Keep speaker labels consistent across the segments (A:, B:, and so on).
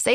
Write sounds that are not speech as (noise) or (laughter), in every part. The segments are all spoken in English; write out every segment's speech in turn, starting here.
A: Say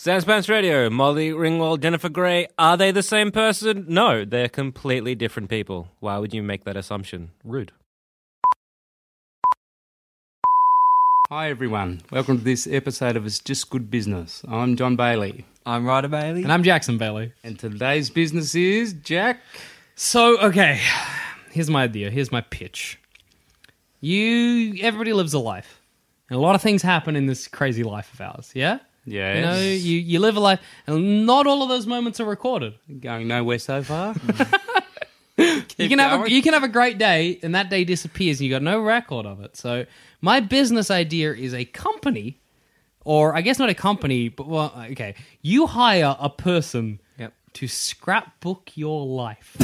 B: Sam Spence Radio, Molly Ringwald, Jennifer Grey, are they the same person? No, they're completely different people. Why would you make that assumption? Rude.
C: Hi everyone, welcome to this episode of It's Just Good Business. I'm John Bailey.
D: I'm Ryder Bailey.
E: And I'm Jackson Bailey.
C: And today's business is Jack.
E: So, okay, here's my idea. Here's my pitch. You, everybody lives a life, and a lot of things happen in this crazy life of ours. Yeah.
C: Yes.
E: You know, you, you live a life, and not all of those moments are recorded.
C: Going nowhere so far.
E: you can have a, you can have a great day, and that day disappears, and you got no record of it. So, my business idea is a company, or I guess not a company, but well, okay, you hire a person
D: Yep.
E: to scrapbook your life.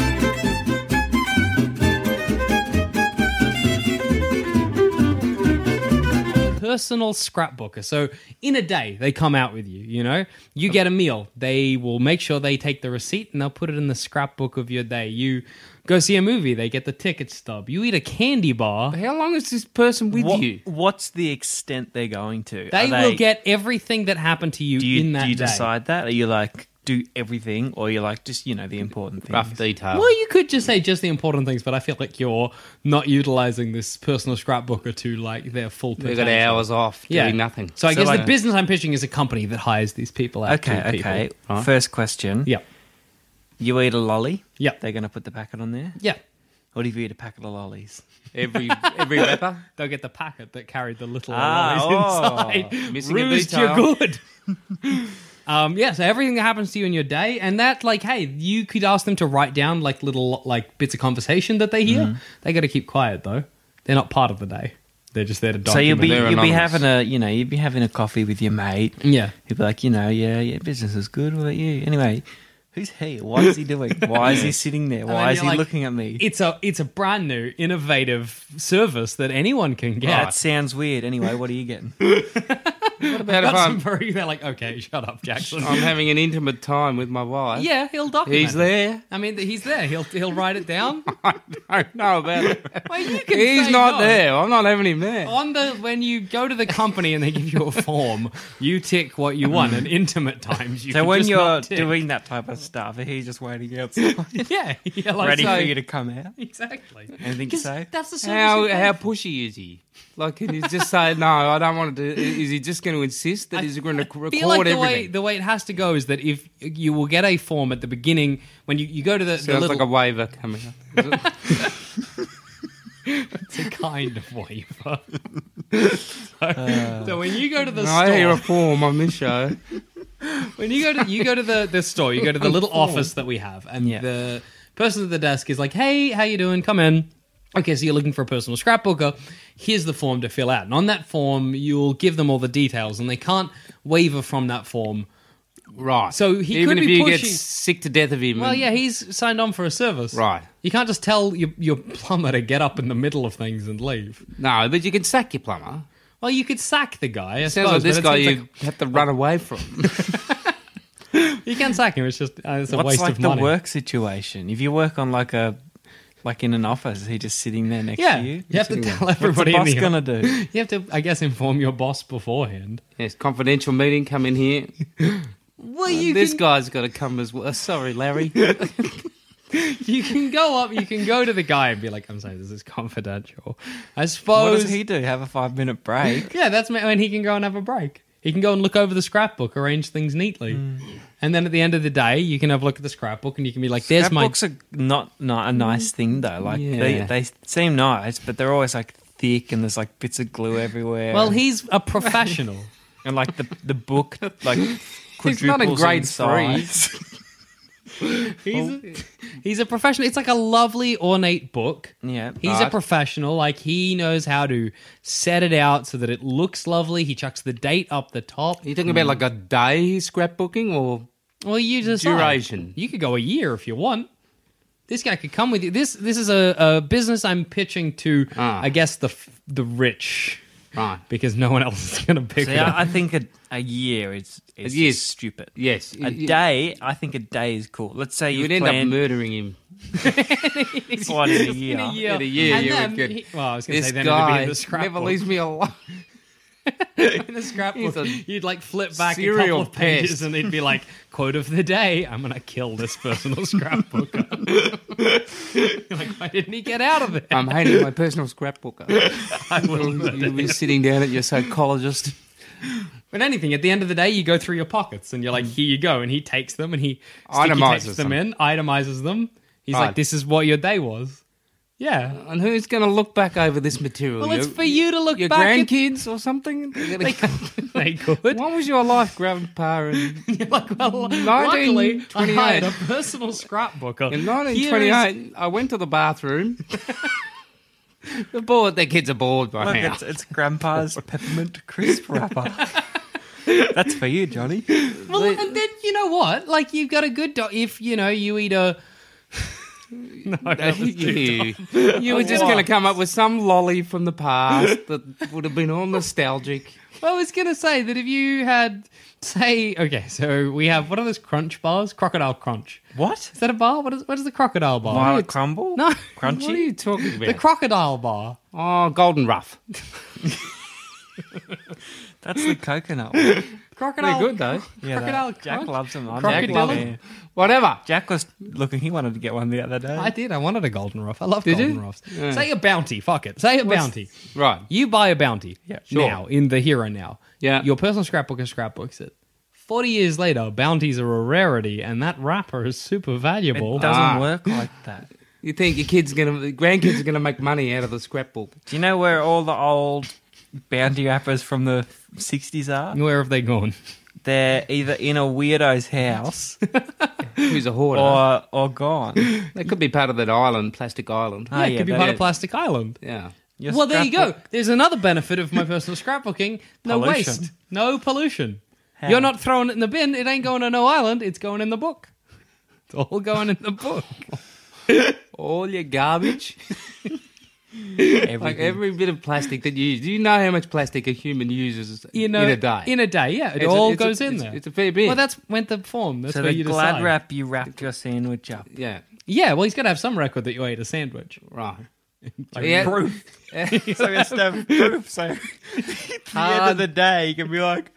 E: Personal scrapbooker. So in a day, they come out with you. You know, you get a meal. They will make sure they take the receipt and they'll put it in the scrapbook of your day. You go see a movie. They get the ticket stub. You eat a candy bar.
C: How long is this person with
D: What-
C: you?
D: What's the extent they're going to?
E: They,
D: Are
E: will get everything that happened to you,
D: Do you,
E: in that
D: do you
E: day.
D: decide that? Are you like do everything, or you're like just you know the important things?
C: Rough detail.
E: Well, you could just say just the important things, but I feel like you're not utilizing this personal scrapbooker to like their full.
C: They've
E: potential.
C: got hours off
E: Yeah,
C: doing nothing.
E: So I
D: So,
E: guess the
D: like-
E: business I'm pitching is a company that hires these people out.
D: Okay,
E: to people,
D: okay.
E: right?
D: First question.
E: Yeah,
D: You eat a lolly.
E: Yep.
D: They're going to put the packet on there.
E: yeah.
D: What if you eat a packet of lollies?
C: every every rapper.
E: They'll get the packet that carried the little
D: Ah,
E: lollies
C: oh,
E: inside.
C: missing a
E: Bruised,
C: detail.
E: you're good. (laughs) um, yeah, so everything that happens to you in your day, and that, like, hey, you could ask them to write down like little like bits of conversation that they hear.
D: Mm-hmm.
E: They got to keep quiet though; they're not part of the day. They're just there to
D: So
E: document.
D: you'll be
C: They're
D: you'll be
C: anonymous.
D: having a you know you'll be having a coffee with your mate.
E: Yeah.
D: He'll be like you know yeah yeah business is good. What about you? Anyway, who's he? What is he doing?
E: (laughs)
D: Why is he sitting there?
E: And
D: Why
E: then
D: is
E: you're
D: he
E: like,
D: looking at me?
E: It's a it's a brand new innovative service that anyone can get.
D: That sounds weird. Anyway, what are you getting?
C: What about if
E: (laughs) That's
D: Um,
C: I'm,
E: very they're like, okay, shut up,
D: (laughs)
E: Jackson.
C: I'm having an intimate time with my wife?
E: yeah, he'll document.
C: He's
E: it.
C: there.
E: I mean, he's there. He'll he'll write it
D: (laughs)
E: down.
C: I don't know about
E: (laughs)
C: it.
E: Well, you Oh, can
C: He's
E: say
C: not
E: no.
C: there. I'm not having him there.
E: On the when you go to the company and they give you a form, you tick what you want. And intimate times, you
D: Mm. So
E: can
D: when
E: just
D: you're
E: not tick.
D: doing that type of stuff, he's just waiting outside,
E: (laughs) yeah, yeah, like
D: ready
E: so-
D: for you to come out.
E: exactly.
D: Anything to
E: 'Cause
D: say?
E: That's the service
C: How
E: you pay
C: how
E: for.
C: pushy is he? Like, can he just say no? I don't want to do. Is he just going to insist that he's going to record
E: feel like the
C: everything?
E: way the way it has to go is that if you will get a form at the beginning when you, you go to the, the
C: Sounds
E: little
C: like a waiver coming up. Is it?
E: it's a (laughs) kind of
D: (laughs)
E: waiver. so, so when you go to the
C: I hear a
E: store,
C: form on this show.
E: when you go to you go to the, the store, you go to the little office that we have, and the person at the desk is like, "Hey, how you doing? Come in." Okay, so you're looking for a personal scrapbooker. Here's the form to fill out, and on that form, you'll give them all the details, and they can't waver from that form.
C: Right.
E: So he
C: even
E: could
C: if
E: be
C: you get
E: pushy.
C: sick to death of him.
E: Well,
C: and-
E: yeah, he's signed on for a service,
C: Mm. Right.
E: You can't just tell your, your plumber to get up in the middle of things and leave.
C: No, but you can sack your plumber.
E: Well, you could sack the guy. I
C: Sounds
E: suppose,
C: like this
E: but it
C: guy
E: seems
C: you
E: like-
C: have to run away from.
E: You can sack him. It's just uh, it's a
D: What's
E: waste
D: like
E: of
D: the
E: money.
D: work situation? If you work on like a like in an office, is he just sitting there next
E: Yeah,
D: to
E: you
D: you?
E: have to tell
D: What's the
E: everybody. in
D: boss
E: the-
D: gonna do?
E: You have to, I guess, inform your boss beforehand.
C: Yes, confidential meeting. Come in here.
D: Uh,
E: Well,
C: this guy's got to come as well. Sorry,
E: (laughs)
C: Larry.
E: You can go up. You can go to the guy and be like, "I'm sorry, this is confidential." I
D: What
E: suppose.
D: does he do? Have a five minute break?
E: yeah, that's ma- when he can go and have a break. He can go and look over the scrapbook, arrange things neatly,
D: Hmm.
E: and then at the end of the day, you can have a look at the scrapbook and you can be like, "There's my."
D: Scrapbooks are not, not a nice thing though. Like
C: Yeah.
D: they they seem nice, but they're always like thick and there's like bits of glue
E: (laughs)
D: everywhere.
E: Well, he's
D: (laughs)
E: a professional.
D: and like the the book
E: (laughs)
D: like
C: He's not in
D: quadruples
C: grade
D: in (laughs) size.
E: He's a, he's a professional. It's like a lovely ornate book.
D: Yeah.
E: He's a
D: Right.
E: professional. Like he knows how to set it out so that it looks lovely. He chucks the date up the top.
C: Are you talking about like a day scrapbooking or
E: Well, you decide.
C: Duration.
E: You could go a year if you want. This guy could come with you. This this is a, a business I'm pitching to.
C: Ah.
E: I guess the f- the rich,
C: right?
E: because no one else is going to pick
D: See,
E: it up.
D: I, I think a, a year is is
C: A year
D: just
C: is-
D: stupid.
C: Yes,
D: A day, I think a day is cool. Let's say
C: You
D: you
C: would end up
D: planned
C: murdering him.
D: one in
C: (laughs)
D: a year.
C: In a year,
E: And
C: you
E: then
C: would get.
E: he- well, I was going to
C: this
E: say then it'd be
C: guy
E: in the scrapbook.
C: never leaves me (laughs) alone.
E: in the scrapbook.
C: He's a
E: (laughs) You'd like flip back a couple
C: serial
E: of pages
C: pest.
E: and they'd be like, quote of the day, I'm going to kill this personal scrapbook. (laughs) like, why didn't he get out of it?
C: I'm hating my personal
E: (laughs)
C: scrapbooker. You'll be sitting down at your psychologist.
E: But anything, at the end of the day, you go through your pockets and you're like, here you go. And he takes them and he
C: Mm.
E: sticky tapes
C: Itemizes
E: them
C: them.
E: in, itemizes them. He's like,
C: Right.
E: this is what your day was. Yeah.
C: And who's going to look back over this material?
E: Well, it's
C: Your-
E: for you to look
C: your
E: back at-
C: grandkids or something. They're gonna go,
E: (laughs) They could.
C: What was your life, grandpa? And
E: (laughs) You're like, well, luckily, I
C: 1928.
E: hired a personal scrapbooker.
C: in
E: Here is-
C: 1928, I went to the
E: (laughs)
C: bathroom. They're bored. Their kids are bored by
D: Look,
C: now.
D: it's, it's
C: (laughs)
D: Grandpa's peppermint crisp wrapper. That's for you, Johnny.
E: Well, and then you know what? Like you've got a good do- if you know you eat a. (laughs) no, that was too
C: you. you were just going to come up with some lolly from the
E: (laughs)
C: past that would have been all nostalgic.
E: I was going to say that if you had, say, okay, so we have what are those crunch bars? Crocodile Crunch.
D: What?
E: Is that a bar? What is what is the crocodile bar?
D: Violet crumble?
E: No.
D: Crunchy?
C: What are you talking
E: the
C: about?
E: crocodile bar.
C: oh, golden rough.
D: That's the coconut one.
E: Crocodile.
C: good, though.
D: Yeah,
E: crocodile.
D: that- Jack
E: Crunch?
D: loves them. I'm
E: Crocodile?
D: Jack, loves them.
C: Whatever.
D: Jack was looking, he wanted to get one the other day.
E: I did. I wanted a golden ruff. I love
C: Did you?
E: golden ruffs.
C: Yeah.
E: Say a bounty. Fuck it. Say a bounty.
C: Right.
E: You buy a bounty
D: Yeah,
C: sure.
E: now in the hero now.
C: Yeah.
E: Your personal scrapbooker scrapbooks it. Forty years later, bounties are a rarity, and that wrapper is super
D: it
E: valuable.
D: doesn't
C: Ah.
D: work like that.
C: You think your kids going to, grandkids are going to make money out of the scrapbook?
D: Do you know where all the old bounty wrappers from the 60s
E: (laughs)
D: are?
E: Where have they gone?
C: (laughs)
D: They're either in a weirdo's
E: (laughs)
D: house
C: Who's a hoarder?
E: Oh.
D: or or gone.
C: they could be part of that island, plastic island.
D: Ah,
E: yeah, it could be
D: that
E: part
D: is.
E: of Plastic Island.
C: Yeah.
D: Your
E: well, there you go.
D: scrapbook-
E: There's another benefit of my personal scrapbooking: no
D: Pollution.
E: waste, no pollution. You're not throwing it in the bin. It ain't going to no island. It's going in the book. It's all going in the book.
C: All your (laughs) garbage, like
D: Everything.
C: every bit of plastic that you use. Do you know how much plastic a human uses
E: (laughs) You know,
C: in a day?
E: In a day, yeah. It
C: It's a-
E: all
C: it's a-
E: goes in
C: it's-
E: there.
C: it's a fair bit.
E: Well, that's went the form. That's
D: so
E: where
D: the
E: you
D: glad
E: decide.
D: wrap you wrapped your
E: (laughs)
D: sandwich up.
C: yeah,
E: Yeah, well, he's got to have some record that you ate a sandwich.
C: right.
E: (laughs) Like,
C: Yeah.
E: (laughs)
D: Proof. (laughs) so it's the proof. So (laughs) at the end of the
E: Um,
D: day, you can be like,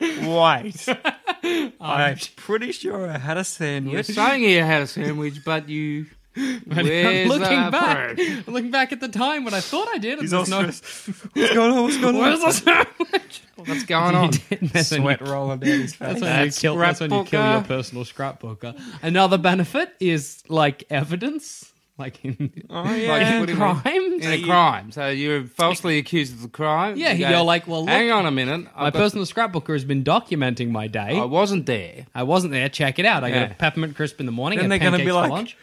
E: (laughs)
D: wait,
E: Um,
D: I'm pretty sure I had a
C: You're
D: sandwich.
C: saying you had a sandwich, but
E: (laughs)
C: you.
E: I'm
C: Where's
E: looking
C: the
E: back.
C: proof?
E: I'm (laughs) looking back at the time when I thought I did. and
D: (laughs) He's all
E: (laughs) there's no,
D: stressed. What's going on? What's going on?
E: where's the (laughs) sandwich?
C: What's going on?
E: that's when you,
D: Sweat rolling down his
E: that's
D: face.
E: when you kill, that's when you kill your
C: scrapbooker.
E: personal scrapbooker. Another benefit is like evidence, like in
D: Oh, yeah.
C: Like, what do you mean?
E: crimes.
C: In a crime, so you're falsely accused of the crime.
E: Yeah,
C: You
E: you're like, well, look,
C: hang on a minute.
E: my
C: I've got-
E: personal scrapbooker has been documenting my day.
C: I wasn't there.
E: I wasn't there. Check it out. I
C: Yeah.
E: got a peppermint crisp in the morning.
D: Then
E: and
D: they're gonna
E: pancakes
D: be like,
E: for
C: (laughs)
E: lunch.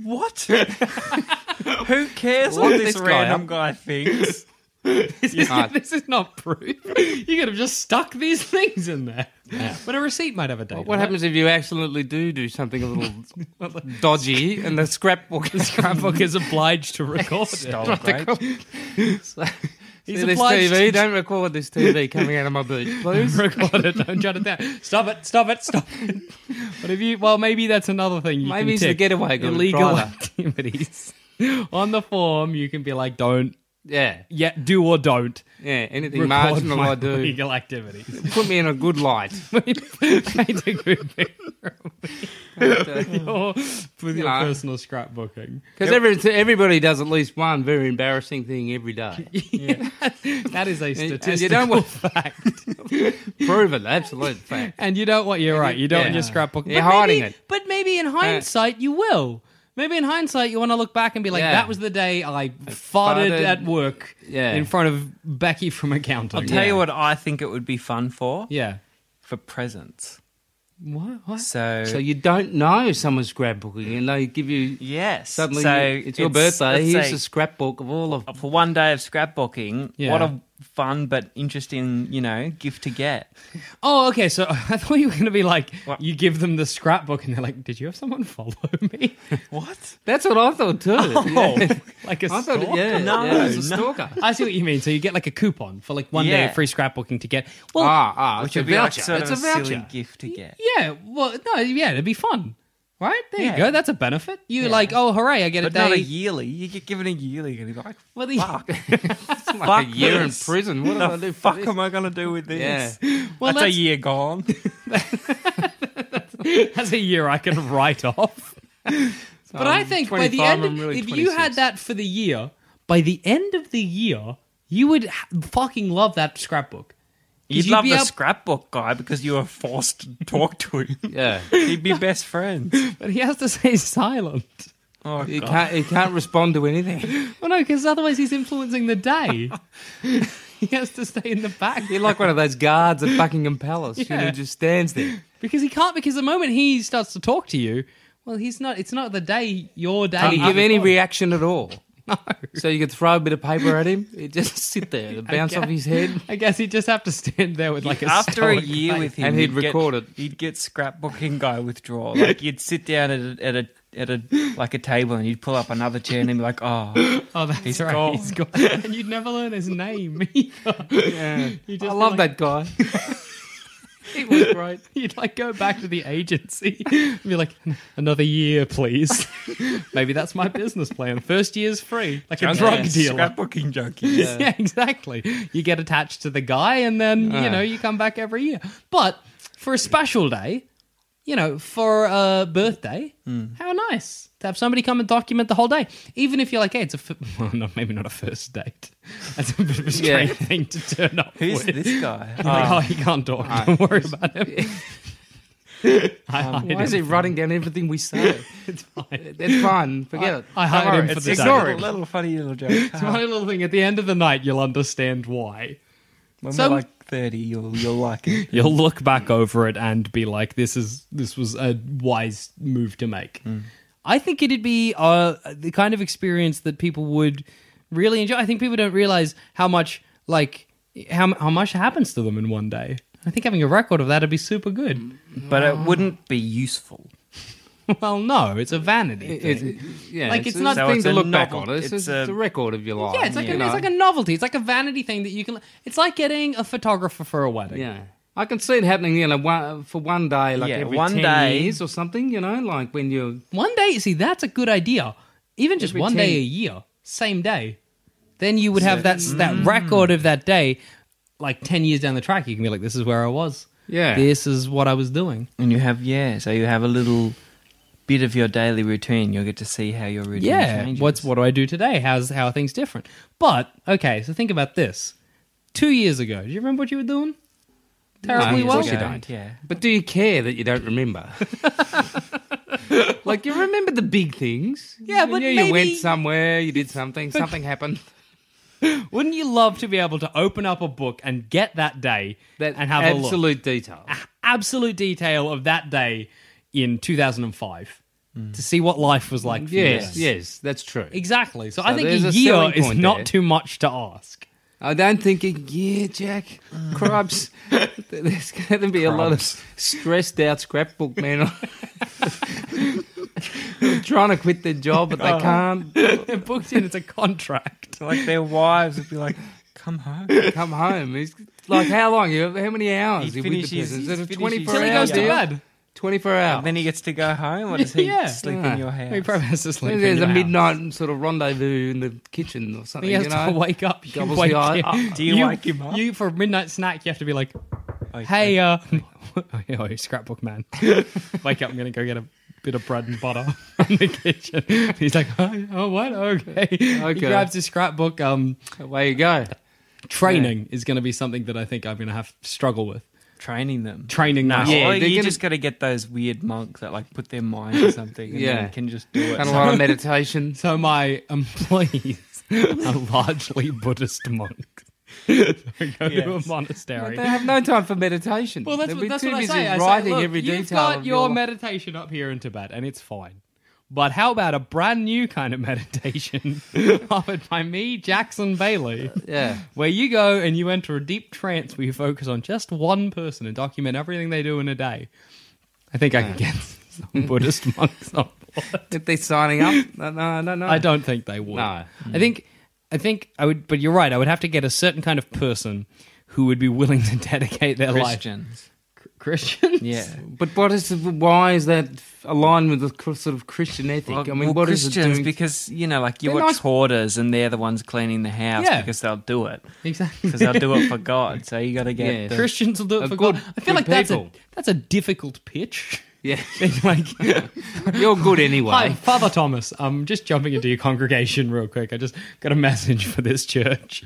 D: What? Who cares what, (laughs)
C: What
D: this,
C: this guy
D: random
C: up-
D: guy thinks?
E: This,
C: Yeah.
E: is, this is not proof. You could have just stuck these (laughs) things in there. But a receipt might have a date.
C: What
E: on it.
C: happens if you accidentally do do something a
E: (laughs)
C: little dodgy and the scrapbook is (laughs)
E: (laughs) Scrapbook is obliged to record it.
C: so,
E: He's
C: See this
E: obliged
C: TV?
E: to-
C: Don't record this TV coming out of my boot,
E: (laughs)
C: please.
E: record it. Don't shut it down. Stop it. Stop it. Stop it. But if you, well, maybe that's another thing. You
C: Maybe
E: can
C: it's the
E: tick.
C: getaway gotta
E: Illegal
C: try
E: activities (laughs) on the form. You can be like, don't,
C: Yeah,
E: yeah, do or don't
C: yeah. Anything
E: record
C: marginal
E: my
C: I
E: (laughs)
C: do,
E: illegal activities. (laughs)
C: put me in a good light.
E: Paint a
C: (laughs)
E: good picture
C: Because
E: of your- with your
C: know.
E: personal scrapbooking.
C: every, everybody does at least one very embarrassing thing every day.
E: (laughs) That is a
C: and
E: statistical
C: you (laughs) don't want-
E: fact.
C: Proven, absolute fact.
E: And you don't want you're right. You don't want
C: yeah.
E: your scrapbook.
C: You're
E: but
C: hiding it.
E: maybe,
C: Uh,
E: But maybe in hindsight you will. Maybe in hindsight you want to look back and be like,
C: Yeah.
E: that was the day I farted,
C: farted-
E: at work
C: Yeah.
E: in front of Becky from accounting.
D: (laughs) I'll tell you what I think it would be fun for.
E: Yeah.
D: For presents.
E: What? what?
D: So,
C: So you don't know someone's scrapbooking, and they give you
D: yes.
C: suddenly
D: so
C: it's your birthday.
D: let's
C: Here's
D: say,
C: a scrapbook of all of.
D: for one day of scrapbooking,
E: Yeah.
D: what a fun but interesting, you know, gift to get.
E: Oh, okay. So (laughs) I thought you were going to be like,
D: What?
E: you give them the scrapbook and they're like, did you have someone follow me? Oh,
D: What?
C: (laughs) That's what I thought
E: (laughs)
C: too. Yeah.
E: like a
C: I thought,
E: stalker?
C: yeah,
D: No,
C: yeah, it
E: (laughs)
C: was a
D: no.
C: stalker.
E: I see what you mean. So you get like a coupon for like one day
D: Yeah.
E: of free scrapbooking to get. Well,
C: Ah, ah,
D: Which
C: it's a
D: would be like
C: voucher.
D: sort
C: it's
D: of a,
C: a voucher.
D: silly gift to get.
E: Yeah, well, no, yeah, it'd be fun, right? There
D: Yeah.
E: you go. That's a benefit. You like, oh, hooray! I get
D: But
E: a day.
D: not a yearly. You get given a yearly, and you're like,
E: Well, the-
C: (laughs)
D: fuck.
C: Like a
D: Fuck
C: year
D: this.
C: in prison. What
D: the
C: do I do? for
D: fuck
C: this?
D: am I going to do with this?
C: Yeah.
E: Well,
D: that's,
E: that's-
D: a year gone.
E: that's a year I can write off. (laughs) but I think by the
C: 25,
E: end, of,
C: I'm really
E: if you had
C: 26.
E: that for the year, by the end of the year, you would ha- fucking love that scrapbook. 'Cause
D: You'd, love
E: be
D: the
E: able-
D: scrapbook guy because you were forced to talk to him.
C: Yeah.
D: He'd be best friends.
E: but he has to stay (laughs) silent.
D: Oh,
C: He
D: God.
C: can't, he can't respond to anything.
E: Well, no, because otherwise he's influencing the day. he has to stay in the back
C: You're like one of those guards at Buckingham Palace you know,
E: Yeah.
C: who just stands there.
E: because he can't. Because the moment he starts to talk to you, well, he's not. It's not the day your day.
C: Can you
E: is
C: give any
E: upon.
C: reaction at all? No. So you could throw a bit of paper at him. It just (laughs) sit there, it'd bounce off his head.
E: (laughs) I guess he'd just have to stand there with like a
D: after a
E: stoic
D: year
E: face.
D: with him,
C: And he'd
D: you'd get-
C: record it.
D: You'd get scrapbooking guy withdrawal. Like you'd sit down at a, at a at a like a table and you'd pull up another chair and be like, oh,
E: Oh, that's
D: He's
E: right.
D: gone.
E: He's gone. (laughs) And you'd never learn his name either. (laughs) You'd
C: I
E: just be
C: love that
E: like-
C: guy. he was great.
E: (laughs) You'd like go back to the agency and be like, another year, please. (laughs) Maybe that's my business plan. First year's free, like a drug dealer.
D: scrapbooking
E: (laughs)
D: junkie.
E: yeah, exactly. You get attached to the guy, and then you know you come back every year. But for a special day, you know, for a birthday, how nice to have somebody come and document the whole day. Even if you're like, hey, it's a f- (laughs) well, no, maybe not a first date. (laughs) That's a bit of a strange
C: Yeah.
E: thing to turn up.
D: Who's
E: with. (laughs)
D: this guy?
E: You're like, oh, he can't
C: (laughs)
E: talk. Don't worry about him. I hired
C: Um, Why is he
E: him.
C: writing down everything we say?
E: (laughs)
C: (laughs)
E: It's fine.
C: It's fine. Forget it.
E: I hired
C: Don't
E: him
C: worry.
E: for the
C: It's-
E: day.
C: Ignore
D: A
C: him.
D: little funny little joke. Ah,
E: It's one little thing. At the end of the night, you'll understand why.
D: When
E: Some-
D: we're like thirty, you'll you'll like
C: Mm.
D: it.
E: You'll look back over it and be like, "This is this was a wise move to make."
C: Mm.
E: I think it'd be uh, the kind of experience that people would really enjoy. I think people don't realize how much like how how much happens to them in one day. I think having a record of that would be super good.
C: Mm.
D: But it wouldn't be useful.
E: (laughs) Well, no, it's a vanity thing.
C: It's, yeah,
E: Like,
C: it's,
E: it's not-
C: a
E: So
C: thing
D: it's
C: to
D: a
C: look back
D: novel-
C: on. It's,
D: it's
C: just a,
D: a-
C: record of your life.
E: yeah, it's like,
C: you
E: a,
C: know?
E: it's like a novelty. It's like a vanity thing that you can. It's like getting a photographer for a wedding.
C: Yeah. I can see it happening, you know, one, for one day, like
D: Yeah,
C: every
D: one
C: 10
D: day.
C: years or something, you know, like when you're.
E: One day, see, that's a good idea. Even just
C: Every
E: one day
C: ten-
E: a year, same day. Then you would have that
C: Mm.
E: that record of that day, like ten years down the track. You can be like, "This is where I was.
C: Yeah.
E: this is what I was doing."
D: And you have yeah, so you have a little bit of your daily routine. You'll get to see how your routine
E: yeah,
D: changes.
E: what's what do I do today? How's how are things different? But okay, so think about this. Two years ago, do you remember what you were doing? Terribly
C: of
E: well.
C: course you don't.
D: Uh, Yeah.
C: But do you care that you don't remember? (laughs) like, you remember the big things.
E: Yeah,
C: you
E: but
C: know,
E: maybe-
C: You went somewhere, you did something, something happened.
E: Wouldn't you love to be able to open up a book and get that day
C: That
E: and have a look?
C: absolute detail.
E: absolute detail of that day in 2005
C: Hmm.
E: to see what life was like for
C: Yes,
E: you. then.
C: yes, that's true.
E: Exactly. So, I
C: So
E: think
C: there's
E: a
C: a
E: year
C: selling
E: is
C: point
E: not
C: there.
E: too much to ask.
C: I don't think, it, Uh, yeah, Jack,
E: Uh. (laughs)
C: crabs. There's going to be a lot of stressed out scrapbook men on- (laughs) trying to quit
E: Oh. (laughs)
C: their job, but they can't.
E: They're booked in, it's a contract.
D: Like their wives would be like, come home.
C: Come home. He's like, how long? You how many hours?
D: He
C: you with the
D: finishes-
C: prisoners?
D: he
C: Is it a
D: finishes-
C: twenty-four
D: Till
E: Till he
C: hour
E: goes to
C: deal?
E: bed.
C: Twenty-four hours.
D: And then he gets to go home, or does he
E: Yeah.
D: sleep
C: Yeah.
D: in your house?
E: He probably has to sleep. in
C: There's a
E: your house.
C: midnight sort of rendezvous in the kitchen or something.
E: He has
C: you know?
E: to wake up. You
C: Doubles
E: wake
C: the eye (laughs)
E: him-
C: up.
D: Oh, Do you wake him up?
E: You for a midnight snack. You have to be like, hey, uh, oh, scrapbook
C: (laughs)
E: man, wake up! I'm gonna go get a bit of bread and butter (laughs) in the kitchen. He's like, oh, oh what? Okay. He
C: Okay.
E: grabs his scrapbook. Um,
C: Away you go.
E: training is gonna be something that I think I'm gonna have to struggle with.
D: Training them.
E: Training now.
D: Yeah,
C: uh, Yeah,
D: or
C: they're
D: you
C: gonna-
D: just got to get those weird monks that like put their mind to something and
C: Yeah.
D: then can just do it.
C: And a lot
E: (laughs)
C: of meditation.
E: So my
C: (laughs)
E: employees are largely Buddhist monks. (laughs) I go to a
D: Yes.
E: monastery.
C: They have no time for meditation.
E: Well, that's,
C: They'll
E: what-
C: be
E: that's
C: too
E: what I
C: busy
E: say. I say,
C: writing
E: look,
C: every
E: you've
C: detail.
E: got
C: of
E: your
C: your
E: meditation up here in Tibet, and it's fine. But how about a brand new kind of (laughs) meditation offered by me, Jackson Bailey? (laughs)
C: Yeah. (laughs)
E: Where you go and you enter a deep trance where you focus on just one person and document everything they do in a day. I think I can get (laughs) some Buddhist (laughs) monks on board.
C: If they're signing up, no, no, no, no.
E: I don't think they would.
C: No.
E: I think I think I would but you're right, I would have to get a certain kind of person who would be willing to (laughs) dedicate their
D: Christians.
E: life. Christian?
D: Yeah.
C: But what is? Why is that aligned with the cr- sort of Christian ethic? I mean,
D: well,
C: what is
D: Christians
C: it doing?
D: because you know, like you
C: They're
D: watch
C: nice-
D: hoarders, and they're the ones cleaning the house
E: Yeah.
D: because they'll do it (laughs)
E: Exactly.
D: because they'll do it for God. So you got to get
C: Yeah.
D: the-
E: Christians will do
C: A
E: it for
C: good-
E: God. I
C: good
E: feel like that's a,
C: people.
E: that's a difficult pitch.
C: yeah,
E: It's like,
C: (laughs) you're good anyway.
E: hi, Father Thomas. I'm just jumping into your congregation real quick. I just got a message for this church.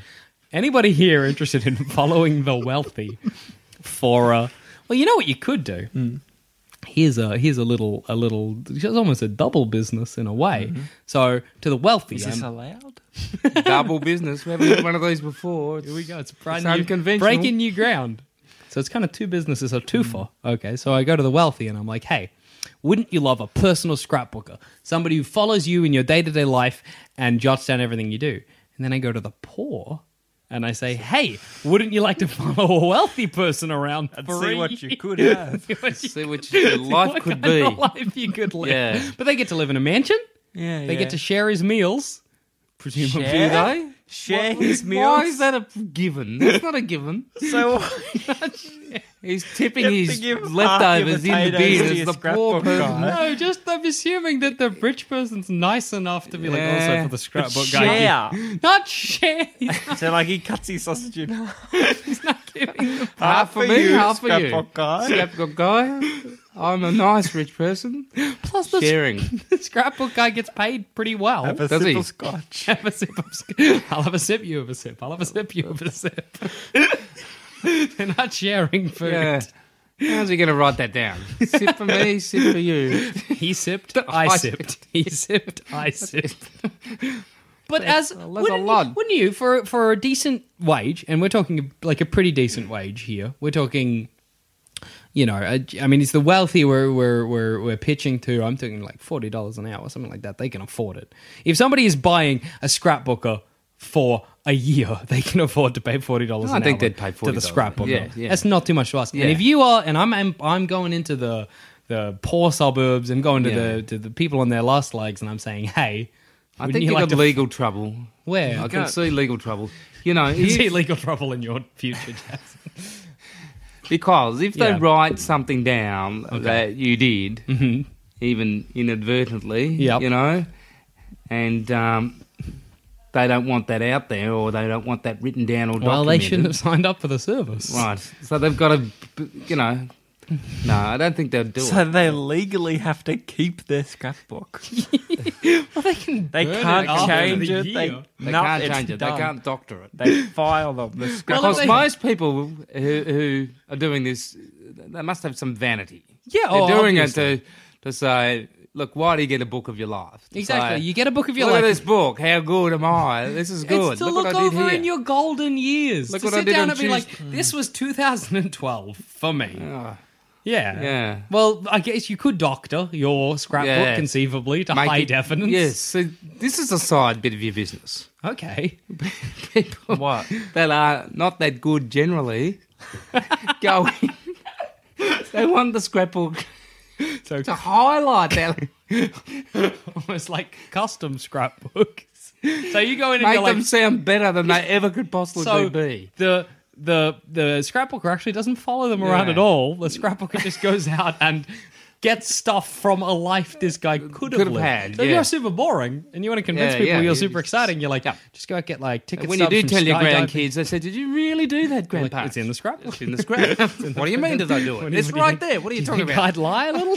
E: Anybody here interested in following the wealthy for uh well, you know what you could do. Here's a here's a little a little it's almost a double business in a way. So to the wealthy, um,
D: Is this
E: I'm-
D: allowed?
C: (laughs) Double business. We haven't had one of these before. It's-
E: Here we go. It's brand
C: It's
E: new,
C: unconventional.
E: breaking new ground. So it's kind of two businesses or two for. Okay, so I go to the wealthy and I'm like, hey, wouldn't you love a personal scrapbooker, somebody who follows you in your day to day life and jots down everything you do? And then I go to the poor and I say, hey, wouldn't you like to (laughs) follow a wealthy person around for
D: See
E: a
D: what
E: (laughs)
D: you
E: year?"
D: could have.
E: See what you-
C: See what your
E: (laughs)
C: life
E: what
C: could
E: kind
C: be.
E: of life you could live.
C: Yeah.
E: But they get to live in a mansion.
D: Yeah,
E: They
D: yeah.
E: get to share his meals. Presumably,
D: Share?
C: They?
D: share his meals.
C: Why is that a given? That's not a given.
D: So
C: He's tipping
D: You have to
C: his
D: give half your
C: leftovers in the
D: potatoes to
C: bin
D: your
C: as the poor
D: scrapbook
C: person.
D: guy.
E: No, just I'm assuming that the rich person's nice enough to be like oh,
C: Yeah.
E: also for the scrapbook guy.
D: share.
E: Not share. He's
D: so like he cuts his sausage
C: (laughs)
D: in half.
E: not giving them.
C: Half for me, half for you.
D: scrapbook guy.
C: Scrapbook guy. I'm a nice rich person.
E: Plus the,
C: Sharing.
E: (laughs) the scrapbook guy gets paid pretty well.
D: Have a
C: Does
D: sip
C: he?
D: of
E: (laughs)
D: scotch.
E: Have a sip of sc- I'll have a sip, you have a sip. I'll have a sip, you have a sip. (laughs) They're not sharing food.
C: Yeah. How's he going to write that down? Sip for me, sip for you.
E: He sipped, I,
C: (laughs) I
E: sipped. He sipped, I sipped.
C: (laughs)
E: But as
C: a
E: wouldn't, you,
C: lot.
E: wouldn't you for for a decent wage, and we're talking like a pretty decent wage here. We're talking, you know, I, I mean, it's the wealthy we're we're we're, we're pitching to. I'm talking like forty dollars an hour, something like that. They can afford it. If somebody is buying a scrapbooker for a year, (laughs) they can afford to ppay forty dollars.
C: I
E: an
C: think
E: hour
C: they'd pay
E: to the
C: $40.
E: scrapbooker.
C: Yeah, yeah.
E: That's not too much to ask.
C: Yeah.
E: And if you are, and I'm, I'm I'm going into the the poor suburbs, I'm going to
C: Yeah.
E: the to the people on their last legs, and I'm saying, hey,
C: I
E: wouldn't
C: think
E: you
C: you've
E: like
C: got
E: to
C: legal trouble.
E: where
C: I can see legal trouble. You know,
E: is
C: if-
E: (laughs) see legal trouble in your future,
C: (laughs)
E: Jackson?
C: Because if they
E: Yeah.
C: write something down that you did, even inadvertently,
E: Mm-hmm. Yep.
C: you know, and um, they don't want that out there or they don't want that written down or documented.
E: Well, they shouldn't have signed up for the service.
C: Right. So they've got to, you
E: (laughs)
C: know. No, I don't think they'll do
D: So
C: it.
D: they legally have to keep their scrapbook.
E: Well, they can.
D: They
E: burn
D: can't
E: it after
D: change
E: the
D: it. They,
E: year.
C: They
D: no,
C: can't
D: it's
C: change it.
D: done.
C: They can't doctor it.
E: (laughs)
D: They file them. The scrapbook.
C: Because
E: they-
C: most people who, who are doing this, they must have some vanity.
E: Yeah,
C: They're
E: oh,
C: doing
E: obviously.
C: it to, to say, look, why do you get a book of your life? To
E: Exactly.
C: say,
E: You get a book of your
C: look
E: life.
C: at this book. How good am I? This is good.
E: It's to
C: look,
E: look,
C: what I did
E: over
C: here.
E: in your golden years.
C: Look
E: to
C: what I
E: sit
C: did
E: down
C: on
E: and be like, this was 2012 for me. yeah.
C: Ah. Yeah.
E: Well, I guess you could doctor your scrapbook
C: Yeah.
E: conceivably to
C: Make
E: high
C: it-
E: definite.
C: Yes. So this is a side bit of your business. (laughs)
E: Okay.
C: People
D: What?
E: (laughs)
C: that are not that good generally going. they want the scrapbook
E: So
C: to highlight
E: (laughs)
C: that.
E: almost like custom scrapbooks. So you go in and
C: Make
E: you're
C: them
E: like,
C: sound better than
E: (laughs)
C: they ever could possibly
E: so
C: be.
E: the the the scrapbooker actually doesn't follow them around
C: Yeah.
E: at all. The scrapbooker just goes out and gets stuff from a life this guy
C: Could
E: could have
C: have
E: lived.
C: had,
E: so if
C: yeah.
E: you're super boring and you want to convince
C: Yeah,
E: people
C: yeah,
E: you're
C: you
E: super
C: just-
E: exciting, you're like, just go out get like tickets.
C: When you do tell your grandkids, they say, "Did you really do that,
E: like,
C: Grandpa?"
E: it's in the scrapbook.
C: It's in the
E: (laughs)
C: scrap. what do you mean? Did I do it? It's right there. What are you, talking about?
E: I'd lie a little.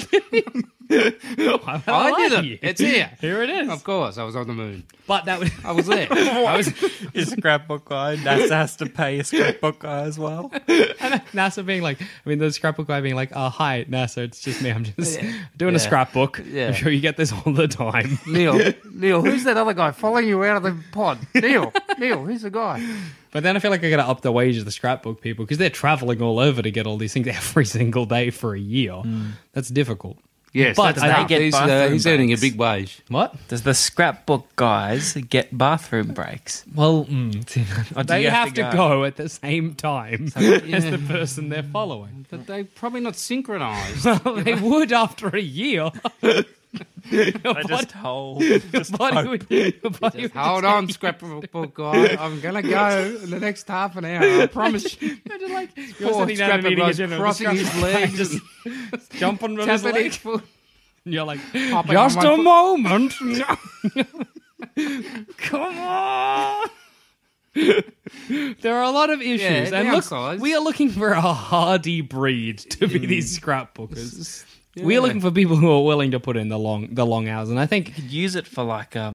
C: (laughs)
E: (laughs) I,
C: I did it. It's here. Um,
E: Here it is.
C: Of course, I was on the moon.
E: But that would.
C: I was
E: (laughs)
C: there. I was.
D: Your scrapbook guy. NASA has to pay your scrapbook guy as
E: (laughs)
D: well.
E: NASA being like, I mean, the scrapbook guy being like, oh, hi, NASA, it's just me. I'm just doing a scrapbook.
C: Yeah.
E: I'm sure (laughs) you get this all the time.
D: (laughs)
C: Neil, Neil, who's that other guy following you out of the pod? Neil, Neil, who's the guy?
E: But then I feel like I got to up the wage of the scrapbook people because they're traveling all over to get all these things (laughs) every single day for a year.
D: Hmm.
E: That's difficult.
C: Yes,
E: But
C: that's
E: they
C: enough.
D: get
C: he's,
D: bathroom
C: he's uh, earning a
D: breaks.
C: big wage.
E: What?
D: Does the scrapbook guys get bathroom breaks?
E: Well,
D: (laughs) Or hmm. do
E: they
D: you
E: have, to, go? at the same time (laughs) as the person they're following.
C: (laughs) But they're probably not synchronized.
E: (laughs) they would after a year.
D: I just hold.
E: Your body would- your body would
C: Hold on, scrapbook guy. I'm gonna go in the next half an hour. I promise. you.
E: (laughs) Imagine like you're
C: Poor
E: sitting down and
C: Scrapper
E: eating a
C: Bros
E: dinner,
C: crossing
E: the
C: his
E: Scrapper Bros
C: legs
E: (laughs) just jumping on his
C: Tapping his
E: leg,
C: foot.
E: and you're like,
C: Hopping
E: just
C: on
E: a
C: one foot."
E: moment, No. come on. (laughs) There are a lot of issues,
C: Yeah,
E: and look,
C: downsides.
E: we are looking for a hardy breed to be these scrapbookers. We are looking for people who are willing to put in the long, the long hours, and I think
D: Could use it for like um,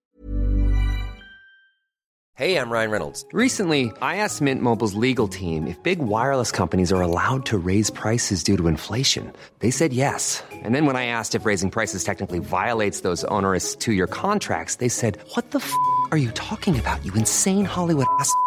F: Hey, I'm Ryan Reynolds. Recently, I asked Mint Mobile's legal team if big wireless companies are allowed to raise prices due to inflation. They said yes. And then when I asked if raising prices technically violates those onerous two year contracts, they said, What the f are you talking about, you insane Hollywood ass? f-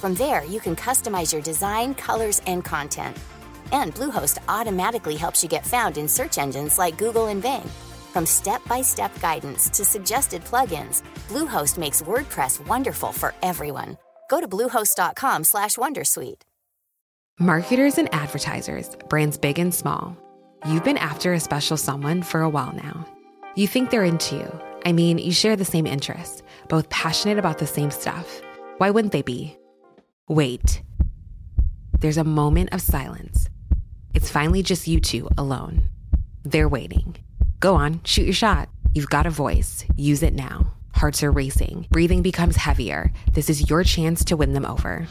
G: From there, you can customize your design, colors, and content. And Bluehost automatically helps you get found in search engines like Google and Bing. From step-by-step guidance to suggested plugins, Bluehost makes WordPress wonderful for everyone. Go to bluehost.com/wondersuite. slash Wondersuite.
H: Marketers and advertisers, brands big and small, you've been after a special someone for a while now. You think they're into you. I mean, you share the same interests, both passionate about the same stuff. Why wouldn't they be? Wait. There's a moment of silence. It's finally just you two alone. They're waiting. Go on, shoot your shot. You've got a voice. Use it now. Hearts are racing. Breathing becomes heavier. This is your chance to win them over.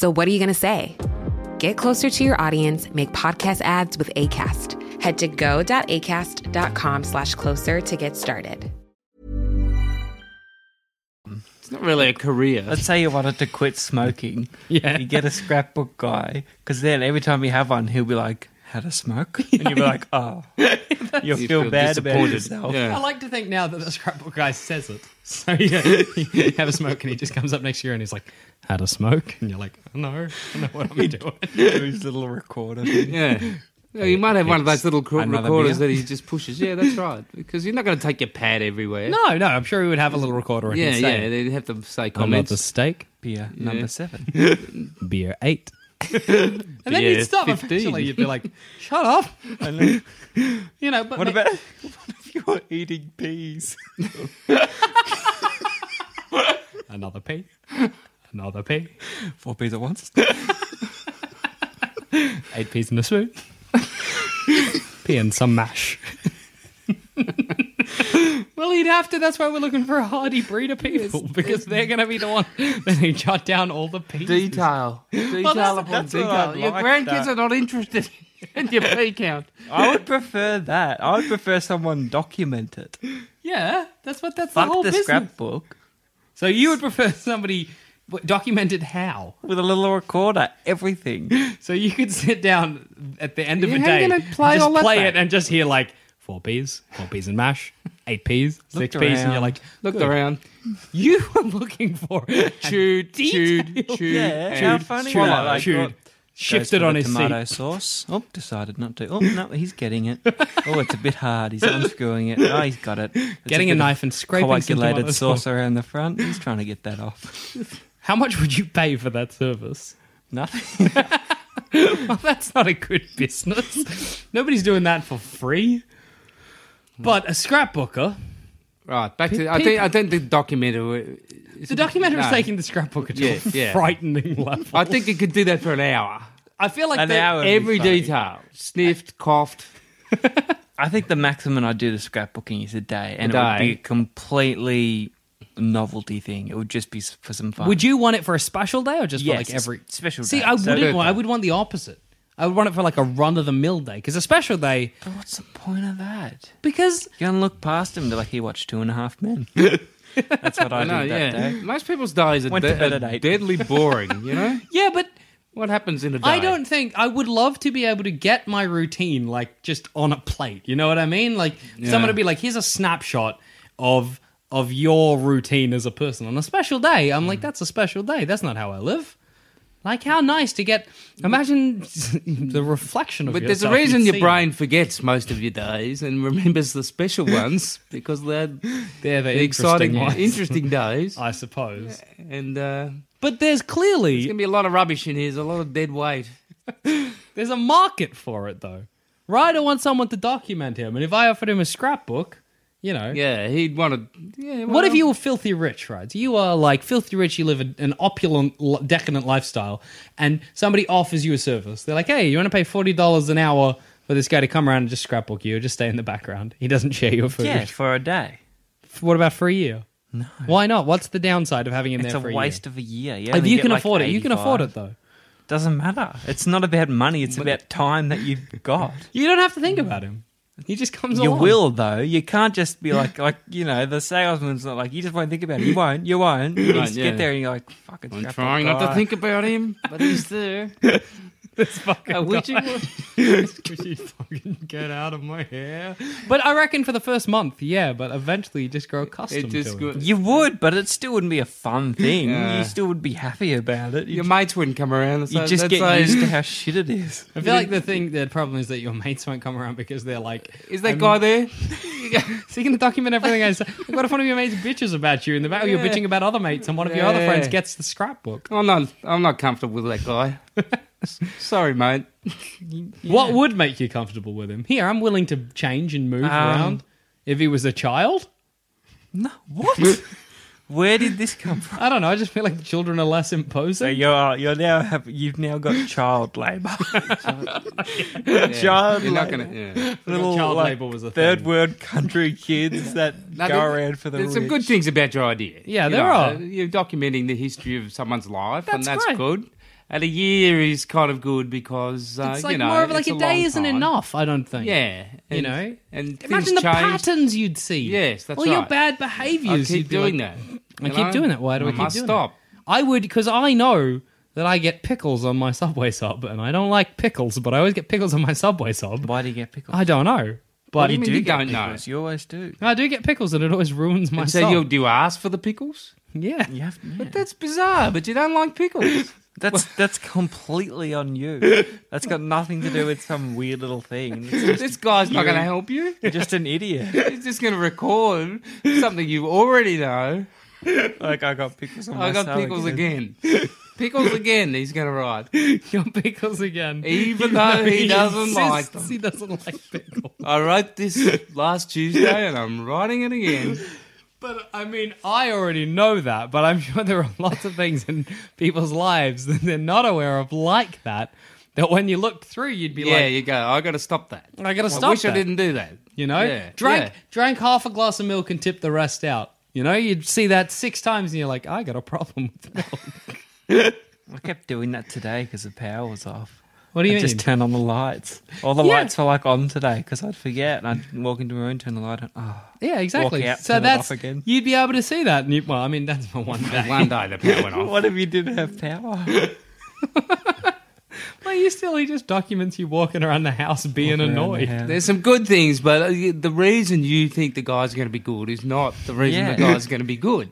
H: So, what are you going to say? Get closer to your audience, make podcast ads with ACAST. Head to go.acast.com slash closer to get started.
C: It's not really a career.
D: Let's say you wanted to quit smoking.
E: Yeah.
D: You get a scrapbook guy, because then every time you have one, he'll be like, how to (laughs) smoke? And you'll be like, (laughs) oh. You'll
C: You
D: feel,
C: feel
D: bad about
C: disappointed.
D: yourself.
C: Yeah.
E: I like to think now that the scrapbook guy says it. So yeah,
C: (laughs)
E: you have a smoke, and he just comes up next year and he's like, "Had a smoke?" And you're like, "No, I know what I'm doing."
D: (laughs) Do his little recorder. thing.
C: Yeah. Yeah, you might have one of those little cr-
D: Another
C: recorders
D: beer?
C: that he just pushes. Yeah, that's right. (laughs) Because you're not going to take your pad everywhere.
E: No, no, I'm sure he would have a little recorder. And
C: Yeah,
E: he'd say,
C: yeah. They'd have to say
E: I love
C: comments.
E: the steak,
D: Beer number seven.
E: beer
C: (laughs)
E: eight. and then
C: Beer
E: you'd stop
C: 15.
E: eventually. You'd be like, shut
C: (laughs)
E: up. you know, but
D: What
E: ma-
D: about what (laughs) if you're eating peas?
E: another P? Another P.
D: Four peas at (laughs) once.
E: Eight peas in a (laughs) spoon. P and some mash. (laughs) well, he'd have to. That's why we're looking for a hardy breed of people because they're going to be the one that who jot down all the peas.
C: Detail. Detail
E: that's-
C: upon
D: that's what
C: detail.
D: I
C: your
D: like
C: grandkids
D: that.
C: are not interested
E: (laughs)
C: in your pee count.
D: I would prefer that. I would prefer someone document it.
E: yeah, that's what that's the
D: Fuck
E: whole
D: the
E: business.
D: scrapbook
E: So you would prefer somebody w- documented how?
D: with a little recorder. Everything.
E: So you could (laughs) sit down at the end of
C: Yeah,
E: a
C: how
E: day,
C: you gonna play
E: just
C: all that
E: play
C: back?
E: it, and just hear like four P's, four P's and mash, eight P's, six P's, and you're like,
C: looked
E: good.
C: around.
E: You were looking for
C: Chewed, chewed,
E: (laughs)
C: chewed.
D: (laughs) Yeah,
C: chewed,
D: how funny.
C: swallowed,
D: Yeah, like,
C: chewed.
D: what-
E: shifted on his
D: tomato
E: seat.
D: sauce. Oh, decided not to.
E: (laughs)
D: Oh no, he's getting it. Oh, it's a bit hard. He's unscrewing it. Oh, he's got it. It's
E: Getting a
D: bit of
E: knife and scraping some tomato
D: coagulated
E: sauce.
D: sauce around the front. He's trying to get that off. (laughs)
E: How much would you pay for that service? (laughs)
D: Nothing.
E: Well, that's not a good business. (laughs) Nobody's doing that for free. But a scrapbooker,
C: Right, back to. I think. I think the documentary.
E: the documentary is
C: No.
E: taking the scrapbooker to
C: Yeah,
E: a (laughs)
C: yeah.
E: frightening level.
C: I think it could do that for an hour.
E: I feel like
D: An
E: they-
D: hour. That'd be
C: Every
D: funny.
C: detail sniffed, coughed.
D: I think the maximum I do to scrapbooking is a day, and
C: A
D: it would be
C: day.
D: a completely novelty thing. It would just be s- for some fun.
E: Would you want it for a special day or just
D: Yes,
E: for like
D: it's
E: every
D: special
E: See,
D: day.
E: I
D: So-
E: wouldn't.
D: Birthday.
E: Want, I would want the opposite. I would want it for like a run of the mill day because a special day
D: But what's the point of that?
E: because
D: You gonna look past him to like he watched Two and a
C: (laughs)
D: Half Men. That's what I,
C: I know.
D: did that
C: Yeah.
D: day.
C: Most people's days are,
D: eh? Went to
C: de-
D: bed
C: are
D: at eight. (laughs)
C: deadly boring. You know
E: yeah, but
C: what happens in a day?
E: I don't think I would love to be able to get my routine like just on a plate. You know what I mean? Like someone would be like, "Here's a snapshot of of your routine as a person on a special day." I'm like, "That's a special day. That's not how I live." Like how nice to get. Imagine (laughs) the reflection of.
C: But there's a
E: yourself
C: reason
E: you'd
C: your
E: see.
C: brain forgets most of your days and remembers the (laughs) special ones because they're
E: They're the
C: the exciting,
E: interesting ones.
C: (laughs) interesting days.
E: I suppose.
C: And uh,
E: But there's clearly
C: there's gonna be a lot of rubbish in here. There's a lot of dead weight.
E: There's a market for it, though. Ryder wants someone to document him, and if I offered him a scrapbook, you know.
C: Yeah, he'd want to. Yeah.
E: What if
C: well,
E: you were filthy rich, right? You are like filthy rich. You live an an opulent, l- decadent lifestyle, and somebody offers you a service. They're like, "Hey, you want to pay forty dollars an hour for this guy to come around and just scrapbook you, or just stay in the background? He doesn't share your food.
D: Yeah, for a day.
E: What about for a year? No. Why not? What's the downside of having him
D: It's
E: there
D: a
E: for
D: waste of a year. Yeah,
E: year? If
D: only
E: you
D: get,
E: can
D: like,
E: afford it, you can afford
D: 85.
E: it though.
D: Doesn't matter. It's not about money. It's about time that
E: (laughs)
D: you've got.
E: You don't have to think about him. He just comes
D: You
E: along.
D: will though. You can't just be like like you know the salesman's not like you just won't think about it. You won't. You
E: (laughs)
D: won't. You just
C: yeah.
D: get there and you're like fucking.
C: I'm trying not to (laughs) think about him, but he's there. I wish he were. (laughs)
E: Could you fucking get out of my hair? But I reckon for the first month, yeah, but eventually you just grow accustomed
C: It just
E: to it.
C: go-
D: (laughs) You would, but it still wouldn't be
E: (laughs)
D: a fun thing. You still would be happy about it. You,
C: your mates wouldn't come around.
D: you just get
C: (laughs)
D: used to how shit it is.
E: I feel like
D: (laughs)
E: the thing, the problem is that your mates won't come around because they're like,
C: Is that guy there?
E: so you can document everything I say. Like, what if one of your mates bitches about you in the back? You're bitching about other mates, and one of your other
C: Yeah.
E: friends gets the scrapbook.
C: I'm not. I'm not comfortable with that guy.
E: (laughs)
C: S- Sorry, mate.
E: What would make you comfortable with him? Here, I'm willing to change and
C: Um,
E: move around. If he was a child,
D: No,
E: (laughs)
D: what? Where did this come from?
E: I don't know. I just feel like children are less
D: So
E: imposing.
D: you're you're now have you've now got
C: (laughs)
D: child labour. child
C: You're not
D: labour.
C: gonna.
E: (laughs)
C: Yeah.
D: little
E: Child
D: like,
E: labour was a
D: third
E: thing.
D: world country
C: (laughs)
D: kids that
C: Now,
D: go
C: there-
D: around for the
C: There's some
D: rich.
C: good things about your idea.
E: Yeah,
C: You
E: there are.
C: uh, You're documenting the history of someone's life, and
E: That's
C: that's
E: great.
C: good. And a year is kind of good because uh,
E: It's like
C: you know,
E: more of like
C: it's
E: a day
C: long
E: isn't
C: time.
E: enough. I don't think.
C: Yeah,
E: You
C: and-
E: know?
C: and
E: Imagine the
C: things change.
E: patterns you'd see.
C: Yes, that's
E: All your
C: right.
E: bad
C: I
E: behaviors.
C: keep doing that.
E: I
C: you
E: keep
C: know?
E: doing that. Why do I,
C: I
E: keep
C: must
E: doing
C: stop.
E: That? I would because I know that I get pickles on my subway sub, and I don't like pickles, but I always get pickles on my subway sub.
D: Why do you get pickles?
E: I don't know, but
C: do you mean?
D: get
C: don't know.
D: pickles. You always do.
E: I do get pickles, and it always ruins my
C: And so
E: sub.
C: you do you ask for the pickles? (laughs)
E: yeah.
D: You have, yeah.
C: But that's bizarre. But you don't like
E: (laughs)
C: pickles.
D: That's
C: (laughs)
D: that's completely on you. That's got nothing to do with some weird little thing. It's just,
C: this guy's not
D: You-
C: going to help you.
D: you're just an idiot.
C: He's just going to record something you already know.
D: Like I got pickles on my
C: I got
D: salad.
C: pickles again. Pickles again. He's going to write,
E: Your pickles again. (laughs)
C: even though he doesn't like
E: insists
C: them.
E: He doesn't like pickles.
C: I wrote this last Tuesday, and I'm writing it again.
E: But I mean, I already know that, but I'm sure there are lots of things in people's lives that they're not aware of like that. That when you looked through, you'd be
C: Yeah,
E: like,
C: you go. I got to stop that.
E: I gotta
C: I
E: stop
C: wish I
E: that.
C: didn't do that.
E: you know,
C: Yeah,
E: drank
C: yeah.
E: drank half a glass of milk and tipped the rest out. You know, you'd see that six times, and you're like, I got a problem with milk.
D: I kept doing that today because the power was off.
E: What do you
D: I
E: mean?
D: Just turn on the lights. All the
E: Yeah.
D: lights were like on today because I'd forget and I'd walk into a room, turn the light on. Oh,
E: yeah, exactly.
D: out,
E: so
D: turn it
E: that's
D: off again.
E: you'd be able to see that. And you, well, I mean,
C: (laughs)
E: that's my one day.
C: One day the power went off.
D: (laughs) what if you didn't have power?
E: Well, you still, he just documents you walking around the house being annoyed.
C: (laughs) There's some good things, but uh, y- the reason you think the guy's going to be good is not the reason the
D: Yeah.
C: guy's going to be good.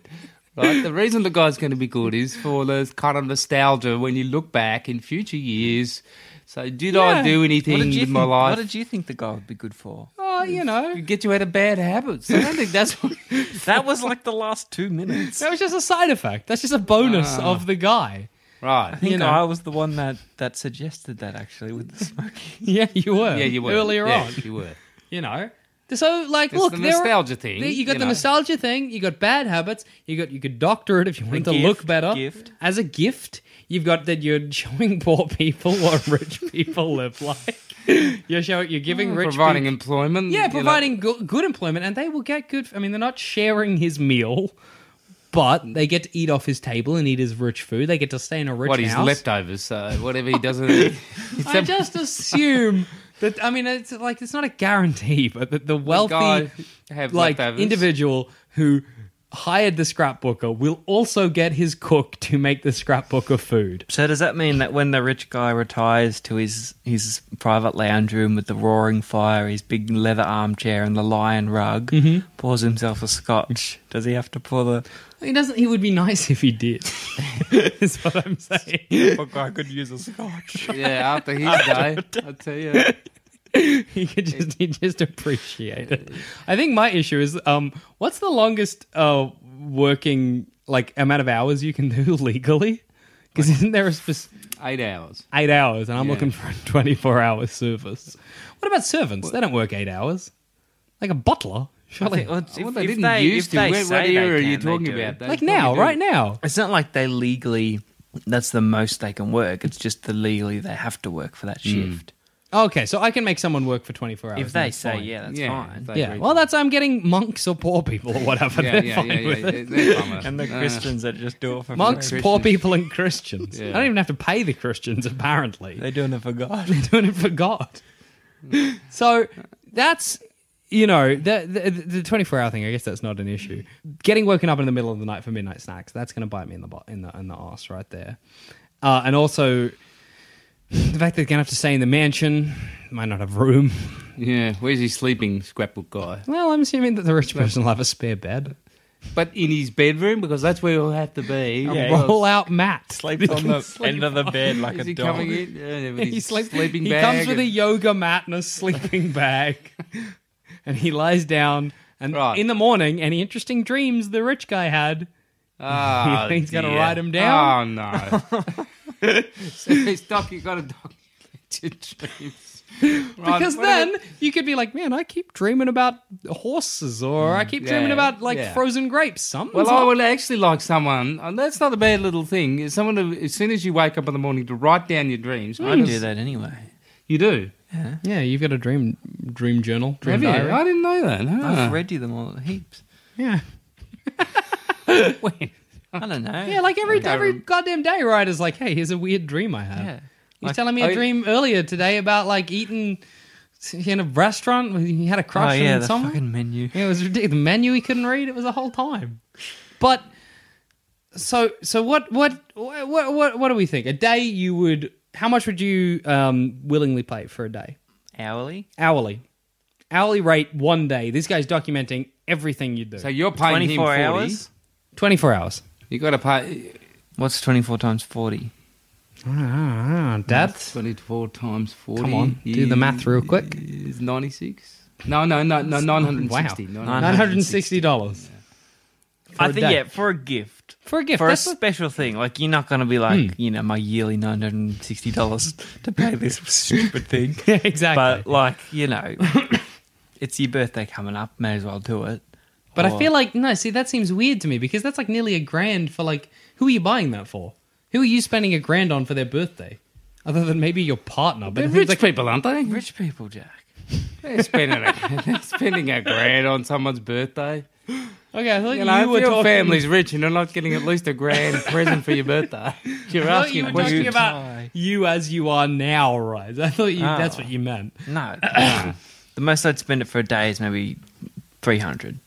C: Right? The reason the guy's going to be good is for the kind of nostalgia when you look back in future years. So, did I
E: Yeah.
C: do anything
D: What did, you
C: with my
D: think,
C: life?
D: what did you think the guy would be good for?
E: Oh, you know,
C: get you out of bad habits? I don't think that's
E: (laughs)
C: what.
D: (laughs) That was like the last two (laughs) minutes.
E: that was just a side effect. That's just a bonus
C: Ah.
E: of the guy. (laughs)
D: I
C: right.
D: think
E: you know.
D: I was the one that, that suggested that actually with the smoking.
E: Yeah, you were.
C: Yeah, you were.
E: Earlier
C: Yeah,
E: on.
C: You were.
E: You know? So, like,
C: It's
E: look,
C: the
E: there are-
C: nostalgia thing,
E: there- you got
C: you
E: the
C: know.
E: nostalgia thing. You got bad habits. You got you could doctor it if you wanted to
D: gift,
E: look better
D: gift.
E: as a gift. You've got that you're showing poor people what
C: (laughs)
E: rich people live like. You're showing you're giving rich
C: Mm, providing
E: people,
C: employment. you
E: yeah,
C: know.
E: providing go- good employment, and they will get good. I mean, they're not sharing his meal, but they get to eat off his table and eat his rich food. They get to stay in a rich
C: what
E: house.
C: his leftovers. So whatever he doesn't. eat. It's
E: I
C: a-
E: just (laughs) assume that I mean it's like it's not a guarantee, but that the wealthy
C: guy have
E: like
C: leftovers.
E: individual who hired the scrapbooker will also get his cook to make the scrapbooker food.
D: So does that mean that when the rich guy retires to his his private lounge room with the roaring fire, his big leather armchair, and the lion rug,
C: Mm-hmm.
D: pours himself a scotch? Does he have to pour the?
E: He doesn't. He would be nice if he did. (laughs) is what I'm saying. (laughs)
D: Poor guy could use a scotch.
C: yeah, after his day, uh, I tell you.
E: He could just he just appreciate it. I think my issue is um, what's the longest uh working like amount of hours you can do (laughs) legally? Because isn't there a specific
C: Eight hours.
E: eight hours, and I'm looking for a 24 hour service. What about servants? They don't work eight hours. Like a butler, surely.
C: Well, they didn't used to. Where- what era are you talking about? They
E: like
C: probably
E: now,
C: do.
E: right now.
D: It's not like they legally. That's the most they can work. It's just the legally they have to work for that
C: Mm.
D: shift.
E: Okay, so I can make someone work for 24 hours.
D: If they
E: that's
D: say
E: fine.
D: yeah, that's
C: Yeah,
D: fine.
C: they
E: Yeah,
C: agree.
E: well, that's I'm getting monks or poor people or whatever.
C: yeah,
E: They're
C: yeah,
E: fine
C: yeah, yeah,
E: with it.
C: yeah, they're Uh, fine.
D: And the Christians that just do it for
E: Monks,
D: free.
E: poor people, and Christians.
C: Yeah.
E: I don't even have to pay the Christians, apparently.
D: They're doing it for God.
E: They're (laughs) doing it for God. So that's you know the the- the twenty four hour thing. I guess that's not an issue. Getting woken up in the middle of the night for midnight snacks that's going to bite me in the butt in the in the ass right there. Uh, and also the fact they're going to have to stay in the mansion might not have room. (laughs)
C: Yeah, where's his sleeping scrapbook guy?
E: Well, I'm assuming that the rich person will have a spare bed,
C: But in his bedroom, because that's where he'll have to be.
D: Yeah,
C: Because-
E: roll out mat, (laughs)
D: Sleeps on the end of the bed like
C: Is
D: a
C: he
D: dog.
C: coming in? Yeah, with
E: He
C: his
E: sleeps.
C: sleeping
E: he
C: bag.
E: comes with a
C: and-
E: yoga mat and
C: (laughs)
E: a sleeping bag, and he lies down. And
C: Right.
E: in the morning, any interesting dreams the rich guy had,
C: Ah,
E: You think (laughs) he's gonna
C: dear.
E: write him down?
C: Oh
E: (laughs)
C: no! so he's doc. You got to
E: (laughs)
C: document your dreams. Right,
E: because
C: what about-
E: then you could be like, man, I keep dreaming about horses, or I keep dreaming
C: Mm, yeah,
E: about like
C: yeah.
E: frozen grapes. Something's
C: Well, I
E: up.
C: would actually like someone, and that's not a bad little thing, is someone to, as soon as you wake up in the morning to write down your
E: Hmm.
C: dreams.
D: I do that anyway.
C: You do?
E: yeah, you've got a dream dream journal, dream
C: Have you?
E: diary.
C: I didn't know that.
D: I've
C: huh?
D: read you them all heaps. (laughs)
E: Yeah,
D: I don't know.
E: yeah, like every every goddamn day, writer's like, hey, here's a weird dream I had.
D: Yeah. oh,
E: He's telling me a
C: I-
E: dream earlier today about like eating in a restaurant. He had a
D: Oh
E: crush
D: yeah,
E: on
D: the
E: someone.
D: fucking menu.
E: Yeah, it was ridiculous. The menu he couldn't read. It was a whole time. But so so what what what what what do we think? A day you would how much would you um, willingly pay for a day?
D: Hourly.
E: Hourly, hourly rate one day. This guy's documenting everything you do.
C: So you're paying him
D: 24
C: 40.
D: hours?
E: Twenty four hours.
C: You got to pay
D: What's twenty four times forty?
E: Dad,
C: twenty-four times forty.
E: come on, do the math real quick.
C: Is ninety-six? No, no, no, no, nine hundred sixty.
E: Wow, nine hundred and sixty dollars
D: I
E: a
D: think
E: day.
D: yeah, for a gift. Hmm.
E: for a gift.
D: For a
E: That's what-
D: special thing, like you're not going to be like, you know, my yearly nine hundred and sixty dollars to pay this (laughs) stupid thing.
E: Yeah, exactly.
D: But like, you know, (coughs) it's your birthday coming up. May as well do it.
E: But I
C: Oh.
D: Or-
E: feel like no, see that seems weird to me because that's like nearly a grand for like who are you buying that for? Who are you spending a grand on for their birthday? Other than maybe your partner, but
C: They're
E: if
C: rich
E: it's like,
C: people, aren't they? (laughs)
D: rich people, Jack.
C: They're spending,
E: (laughs)
C: a, they're spending a grand on someone's birthday.
E: okay, I thought you,
C: You know,
E: were
C: if your
E: talking,
C: family's rich and they're not getting at least a grand present for your
E: (laughs)
C: birthday, you're
E: I thought
C: asking
E: you were
C: questions.
E: talking about you as you are now, right? I thought you, that's
C: Ah.
D: Oh.
E: what you meant.
D: No, the most I'd spend it for a day is maybe three hundred.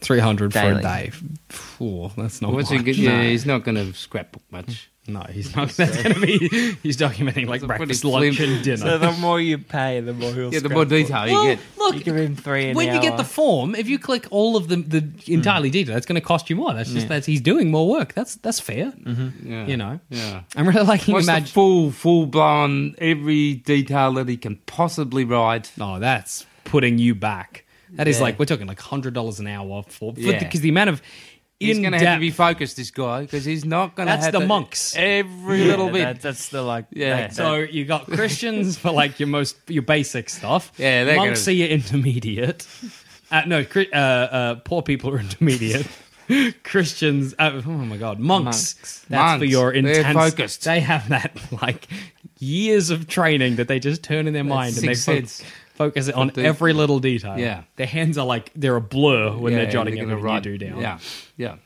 E: Three hundred
D: for a
E: for a
D: Daily.
E: day. that's not
C: What's he get- yeah, he's not going to scrapbook much.
E: No, he's not. (laughs) That's going to be. He's documenting like
C: pretty
E: breakfast, lunch,
C: slim-
E: and dinner.
D: So the more you pay, the more he'll
C: Yeah, the more
D: scrapbook.
C: detail
E: Well,
C: you get.
E: look,
D: You give him three an
E: when you get
D: hour.
E: the form, if you click all of the the
C: Mm.
E: entirely detail, that's going to cost you more. That's just that's he's doing more work. That's that's fair.
C: Yeah.
E: You know,
C: Mm-hmm. Yeah.
E: I'm really liking
C: What's the
E: imagine.
C: full, full blown, every detail that he can possibly write?
E: oh, that's putting you back. That is like we're talking like hundred dollars an hour for because
C: Yeah.
E: the amount of
C: He's
E: in
C: going to have to be
E: depth-
C: focused, this guy, because he's not going to.
E: That's
C: have
E: the
C: to-
E: monks.
C: Every
D: Yeah,
C: little bit.
D: that- that's the like.
C: Yeah.
D: that-
E: So you got Christians for like your most your basic stuff.
C: Yeah, they're
E: monks
C: gonna-
E: are your intermediate. Uh, no, Chri- uh, uh, poor people are intermediate. (laughs) Christians, uh, oh my god, monks.
C: Monks.
E: That's for
C: Monks.
E: your
C: They're
E: intense.
C: focused.
E: They have that like years of training that they just turn in their mind and they
C: Sixth
E: fo-
C: Sense.
E: focus on
C: they-
E: every little detail.
C: Yeah.
E: their hands are like they're a blur when
C: Yeah,
E: they're jotting
C: they're gonna
E: everything
C: write-
E: you do down.
C: Yeah, yeah.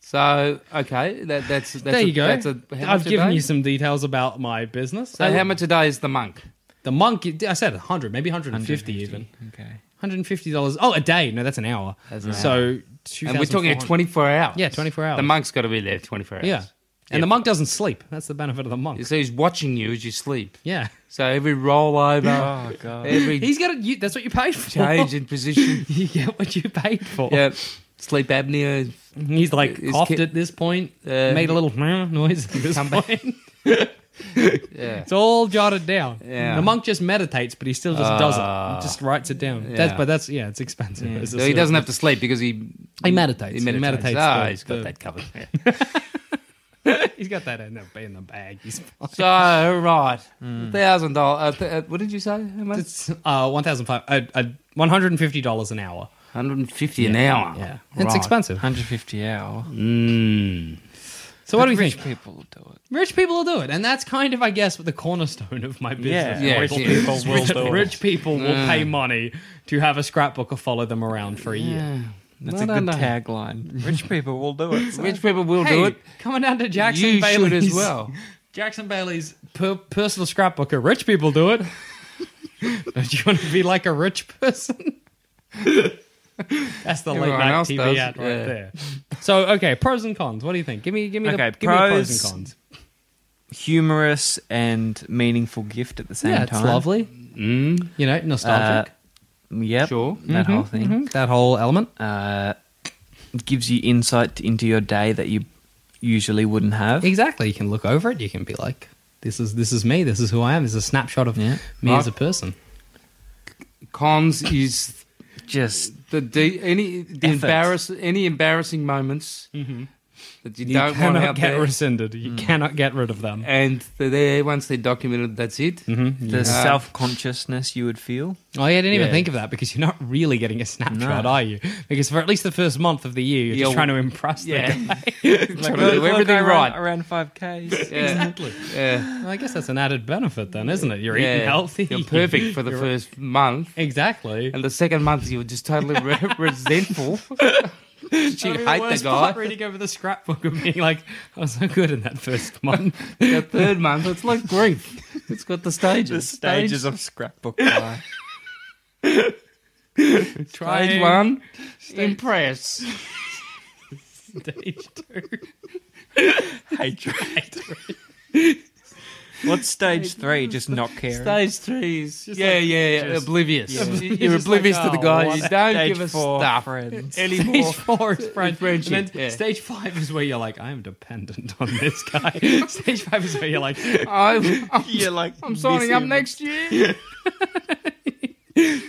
C: So okay, that, that's that's
E: There
C: a,
E: you go.
C: That's a, how
E: I've
C: much a
E: given
C: day?
E: you some details about my business.
C: So how much a day is the monk?
E: The monk, I said 100, maybe 150 even.
D: Okay.
E: $150. Oh, a day. No, that's an hour. so,
C: And we're talking at twenty four hours.
E: Yeah, 24 hours.
C: The monk's got to be there twenty four hours.
E: Yeah. And the monk doesn't sleep. That's the benefit of the monk.
C: so he's watching you as you sleep.
E: Yeah.
C: So every
E: (laughs)
C: rollover, every
E: He's got to, that's what you paid for.
C: change
E: (laughs)
C: in position,
E: you get what you paid for.
C: yeah, sleep apnea.
E: He's like
C: His
E: coughed
C: kid-
E: at this point,
C: Uh,
E: made a little (laughs) noise at this point.
C: Yeah.
E: It's all jotted down.
C: Yeah. Ah.
E: The monk just meditates, but he still just does it. He just writes it down. That's,
C: yeah.
E: but that's, yeah, it's expensive. It's
C: So
E: a
C: he
E: sort
C: doesn't
E: of-
C: have to sleep because he
E: He meditates.
C: He meditates.
E: He meditates
C: Ah,
E: the-
C: he's got
E: the-
C: that
E: (laughs)
C: covered.
E: (laughs) He's got that in the, in the bag. He's fine.
C: so right, thousand dollars. uh, What did you say? How much?
E: Hmm. It's uh, one thousand five, uh, uh, one hundred and fifty dollars an hour.
C: Hundred and fifty an hour.
E: Yeah,
C: Right.
E: it's expensive.
D: 150 hour.
C: Mm.
E: So what do we
D: rich
E: think?
D: people will do it.
E: Rich people will do it, and that's kind of, I guess, the cornerstone of my business.
C: Yeah,
E: rich,
C: it is.
E: people will rich, rich people will pay money to have a scrapbooker follow them around for a year.
D: That's
C: I
D: a
C: don't
D: good
C: know.
D: tagline. Rich people will do it. so.
C: Rich people will
E: Hey,
C: do it.
E: coming down to Jackson
C: You should
E: Bailey's
C: as well.
E: Jackson Bailey's per- personal scrapbooker. Rich people
C: (laughs)
E: do it. Don't you want to be like a rich person? That's the late
C: Everyone
E: night
C: else
E: TV
C: does,
E: ad right
C: yeah.
E: there. So okay, pros and cons. What do you think? Give me, give me
D: Okay,
E: the give me the pros
D: pros,
E: and cons.
D: Humorous and meaningful gift at the same
E: yeah, it's
D: time. Uh,
E: lovely.
C: Mm.
E: You know,
C: Uh,
E: nostalgic. Mm-hmm,
D: Yep.
C: Sure.
D: That whole thing.
E: that whole element.
D: Uh, gives you insight into your day that you usually wouldn't have.
E: Exactly. You can look over it. You can be like, "This is this is me. This is who I am. This is a snapshot of
D: Yeah.
E: me
C: Mark?
E: as a person."
C: Cons is
D: Just
C: the de- any the
D: Effort.
C: embarrass any embarrassing moments that you,
E: Mm-hmm. You
C: don't want
E: cannot
C: out
E: get
C: there,
E: rescinded.
C: Mm.
E: You cannot get rid of them.
C: and they're there once they're documented. That's it.
E: Mm-hmm.
D: the self consciousness you would feel.
E: Oh, yeah, I didn't even
C: Yeah.
E: think of that because you're not really getting a snapshot,
D: No.
E: are you? Because for at least the first month of the year, you're just
C: Yeah,
E: trying to impress the
C: (laughs) Yeah.
E: guy.
C: Trying to do everything right.
D: Around 5Ks.
C: Yeah.
E: exactly.
C: Yeah.
E: Well, I guess that's an added benefit then, isn't it? You're
C: Yeah.
E: eating healthy.
C: You're perfect for the
E: You're-
C: first month,
E: Exactly.
C: and the second month you're just totally
E: (laughs)
C: re- resentful. you
E: That'd be
C: hate
E: worst
C: the
E: part,
C: guy.
E: reading over the scrapbook and being like, I was so good in that first (laughs) month.
C: The third month, it's like
E: (laughs)
C: grief. It's got the stages.
D: The stages of scrapbook life.
E: Try
C: Stage one, impress.
E: Stage two.
D: Hatred. (laughs) What's stage three? Just not caring.
C: Stage three is
E: Just
C: yeah,
E: like-
C: yeah,
E: just-
C: oblivious.
E: Yeah.
C: You-
E: You're
C: You're
E: just
C: oblivious
E: like,
C: to
E: "Oh,
C: the guy.
E: what
C: You don't
D: Stage
C: give a
D: four,
C: stuff (laughs)
D: friends.
C: anymore.
E: Stage four is friendship.
C: friendship,
E: (laughs) And then
C: yeah.
E: stage five is where you're like, I am dependent on this guy. (laughs) stage five is where you're like,
C: I'm,
E: (laughs)
C: I'm,
D: You're like,
C: I'm signing up next year.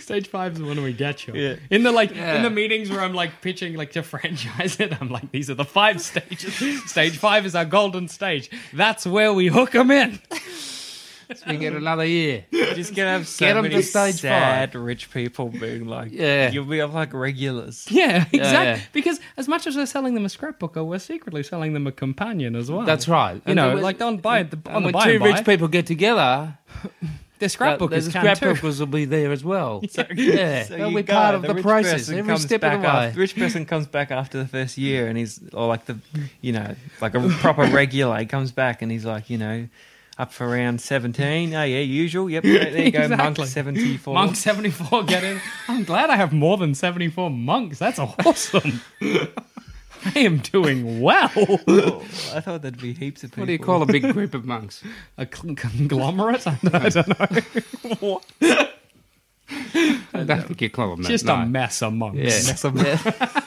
E: Stage five is when we get you.
D: Yeah.
E: In the like
C: Yeah.
E: in the meetings where I'm like pitching like to (laughs) franchise it, I'm like, these are the five stages. Stage five is our golden stage. That's where we hook them in.
C: We get another
E: (laughs)
C: year.
D: (laughs) Just gonna have so
C: Get 'em to
D: many
C: stage
D: sad rich people being like,
C: Yeah.
D: you'll be like regulars.
E: Yeah, exactly.
C: (laughs) yeah.
E: Because as much as we're selling them a scrapbooker, we're secretly selling them a companion as well.
C: That's right.
E: You know, like on buy it. The, on
C: and
E: the
C: when
E: buy
C: two
E: and buy,
C: rich people get together,
E: their
C: uh, the
E: scrapbookers can too.
C: scrapbookers will be there as
E: (laughs)
C: well. yeah,
D: So
C: they'll
D: you
C: be
D: go,
C: part of the,
D: rich
C: process
D: person
C: every
D: comes
C: step
D: back
C: of the way.
D: After, rich person comes back after the first year, and he's or like the, you know, like a
C: (laughs)
D: proper regular. He comes back and he's like, you know, up for round seventeen. Oh yeah, usual. Yep, there there you
C: (laughs)
D: go.
E: Exactly.
D: Monk seventy four.
E: Monk 74 get in. I'm glad I have more than 74 monks. That's awesome. I am doing well.
D: I thought there'd be heaps of people.
C: What do you call a big
D: (laughs)
C: group of monks?
E: A cl- conglomerate? (laughs) I don't know. I don't know.
C: I don't think you call them that.
E: Just
C: no.
E: a mess of monks.
C: Yeah.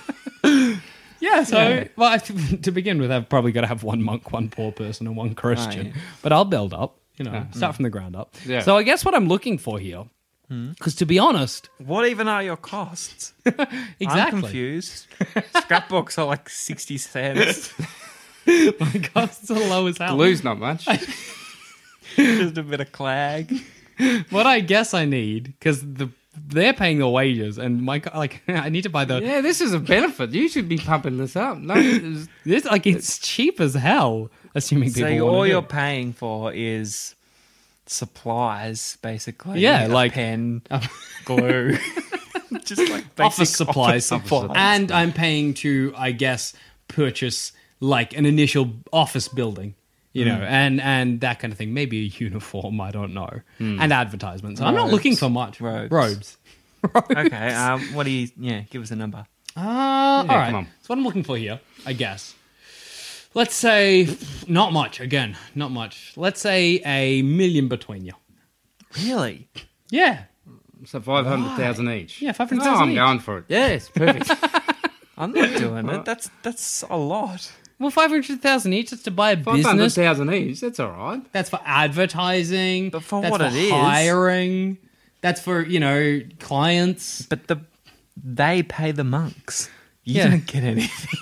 E: Yeah, so well, I- to begin with, I've probably got to have one monk, one poor person, and one Christian.
D: Oh,
E: But I'll build up, you know, start from the ground up.
C: Yeah.
E: So I guess what I'm looking for here, because to be honest,
D: What even are your costs?
E: exactly, (laughs)
D: I'm confused. Scrapbooks are like
E: (laughs)
D: 60 cents.
E: my costs are low as hell.
C: Blue's not
E: (laughs)
C: much.
D: Just a bit of clag.
E: What I guess I need because the they're paying the wages, and my co- like (laughs) I need to buy the
C: Yeah, this is a benefit. You should be pumping this up. No, it's-
E: this like it's cheap as hell. Assuming people
D: So you- all
E: want
D: you're paying for is supplies, basically.
E: Yeah,
D: A
E: like- (laughs)
D: pen, glue, just like basic
E: office supplies,
D: office supplies.
E: and I'm paying to, I guess, purchase like an initial office building, you know, and and that kind of thing. Maybe a uniform, I don't know, and advertisements. I'm not looking for much.
D: Robes.
E: robes. robes.
D: okay, um, what do you? Yeah, give us a number.
E: Uh, all right.
C: come on.
E: That's what I'm looking for here, I guess. Let's say not much. Again, not much. Let's say a million between you.
D: Really?
E: Yeah.
C: so five hundred thousand each.
E: Yeah,
C: No,
E: 500,000
C: I'm
E: each.
C: going for it. Yes, perfect.
D: I'm not doing it. That's that's a lot.
E: Well, five hundred thousand each. That's to buy a
C: five hundred
E: business.
C: thousand each. That's all right.
E: That's for advertising.
D: But for
E: that's
D: what
E: for
D: it is-
E: hiring. That's for you know clients.
D: But the they pay the monks. You
E: Yeah.
D: don't get anything.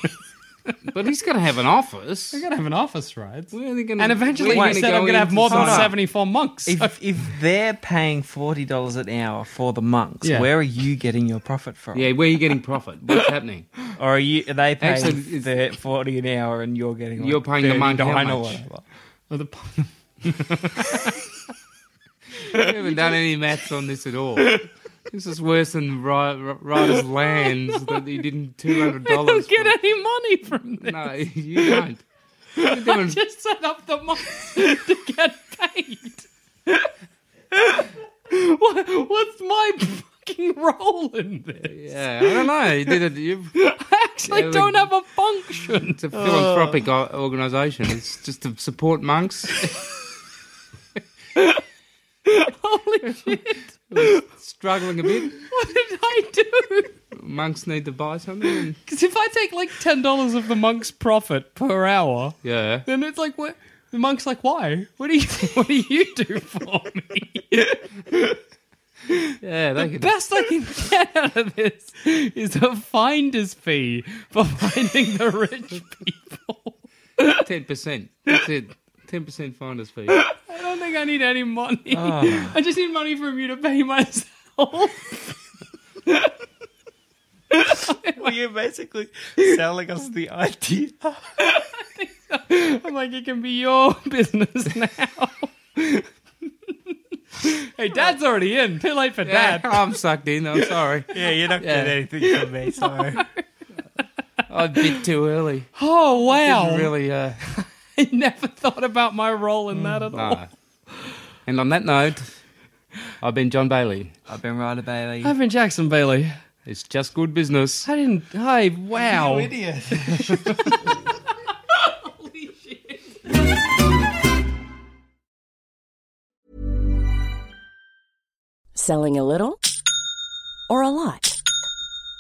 C: But he's going to have an office.
E: We're gonna have an office, right?
C: Where are they gonna,
E: And eventually,
C: where are
E: you
C: they
E: said
C: go
E: I'm gonna have
C: into
E: more than
C: society?
E: seventy-four monks. (laughs)
D: If if they're paying forty dollars an hour for the monks,
E: Yeah.
D: where are you getting your profit from?
C: Yeah, where are you getting profit? What's happening?
D: Or are you are they paying
C: Actually, it's-
D: the forty an hour and you're getting like
C: You're paying the monk how
D: $39 or
C: much?
D: whatever?
E: Or the- (laughs)
C: (laughs) We haven't done any maths on this at all. This is worse than Ry- Ry- Ryder's lands that he didn't two hundred
E: I
C: dollars.
E: (laughs) don't get any money from this.
C: No, you don't. You're
E: I
C: doing
E: (laughs) just set up the monks to get paid. (laughs) what, what's my fucking role in this?
C: Yeah, I don't know. You did it. You,
E: I actually
C: Yeah, but-
E: don't have
C: (laughs)
E: a function.
C: it's a philanthropic o organisation. It's just to support monks.
E: Holy shit!
C: Struggling a bit.
E: What did I do?
C: Monks need to buy something. and-
E: Because if I take like ten dollars of the monk's profit per hour,
C: yeah.
E: then it's like what the monk's like, why? What do you (laughs) what do you do for me?
C: Yeah, they could.
E: Best I can get out of this is a finder's fee for finding the rich people.
C: 10%. That's it. 10% finder's fee.
E: I don't think I need any money.
C: Ah.
E: (laughs) I just need money from you to
C: (laughs)
E: pay myself.
D: Well, you're basically selling us the idea.
E: (laughs) I'm like, it can be your
C: (laughs)
E: business now. hey, Dad's already in. Too late for
C: Yeah, (laughs)
E: Dad.
C: I'm sucked in. I'm sorry.
D: Yeah, you're not
C: Yeah.
D: getting anything from me, so
C: (laughs) I bit too early.
E: Oh wow!
C: Didn't really. Uh,
E: (laughs) I never thought about my role in that at all.
C: no. Mm, And on that note, I've been John Bailey.
D: I've been Ryder Bailey.
E: I've been Jackson Bailey.
C: It's just good business.
E: I didn't. Hey, wow!
I: Selling a little or a lot?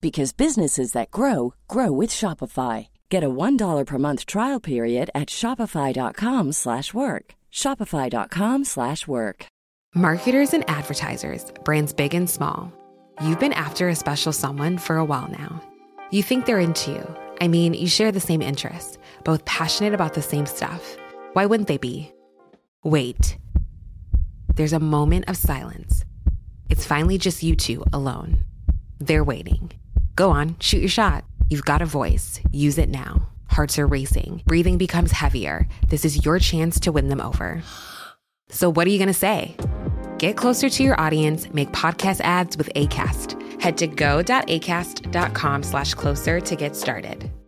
I: because businesses that grow grow with Shopify. Get a $1 per month trial period at shopify.com/work. slash work. shopify.com/work. slash work.
H: Marketers and advertisers, brands big and small. You've been after a special someone for a while now. You think they're into you. I mean, you share the same interests, both passionate about the same stuff. Why wouldn't they be? Wait. There's a moment of silence. It's finally just you two alone. They're waiting. Go on, shoot your shot. You've got a voice. Use it now.
E: Hearts are racing. Breathing becomes heavier. This is your chance to win them over. So, what are you going to say? Get closer to your audience, make podcast ads with ACAST. Head to go.acast.com slash closer to get started.